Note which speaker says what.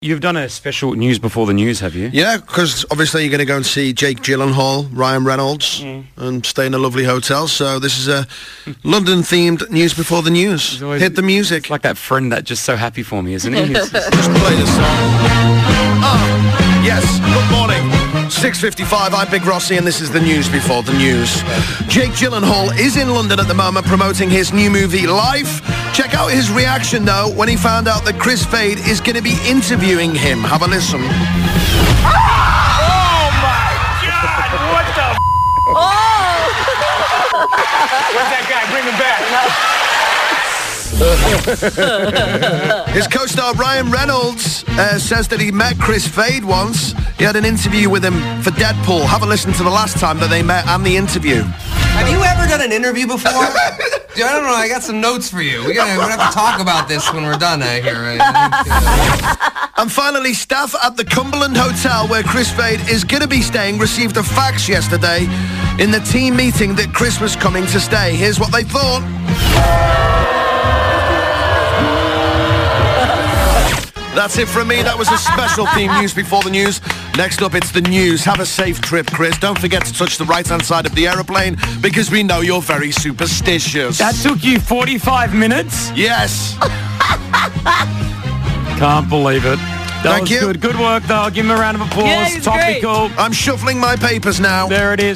Speaker 1: You've done a special news before the news, have you?
Speaker 2: Yeah, because obviously you're going to go and see Jake Gyllenhaal, Ryan Reynolds,
Speaker 1: Mm.
Speaker 2: and stay in a lovely hotel. So this is a London-themed news before the news.
Speaker 1: always-
Speaker 2: Hit the music.
Speaker 1: It's like that friend that's just so happy for me, isn't he? It's just-
Speaker 2: Just play the song. Ah, yes. Good morning. 6:55. I'm Big Rossi, and this is the news before the news. Jake Gyllenhaal is in London at the moment promoting his new movie Life. Check out his reaction though when he found out that Chris Fade is going to be interviewing him. Have a listen. His co-star Ryan Reynolds uh, says that he met Chris Fade once. He had an interview with him for Deadpool. Have a listen to the last time that they met and the interview.
Speaker 3: Have you ever done an interview before? Dude, I don't know. I got some notes for you. We gotta, we're gonna have to talk about this when we're done. I hear.
Speaker 2: And finally, staff at the Cumberland Hotel where Chris Fade is going to be staying received a fax yesterday in the team meeting that Chris was coming to stay. Here's what they thought. That's it from me. That was a special theme news before the news. Next up, it's the news. Have a safe trip, Chris. Don't forget to touch the right-hand side of the aeroplane because we know you're very superstitious.
Speaker 1: that took you 45 minutes?
Speaker 2: yes.
Speaker 1: Can't believe it. That
Speaker 2: Thank
Speaker 1: was
Speaker 2: you.
Speaker 1: good. Good work, though. Give him a round of applause.
Speaker 4: Yeah, he's great.
Speaker 1: Topical.
Speaker 2: I'm shuffling my papers now.
Speaker 1: There it is.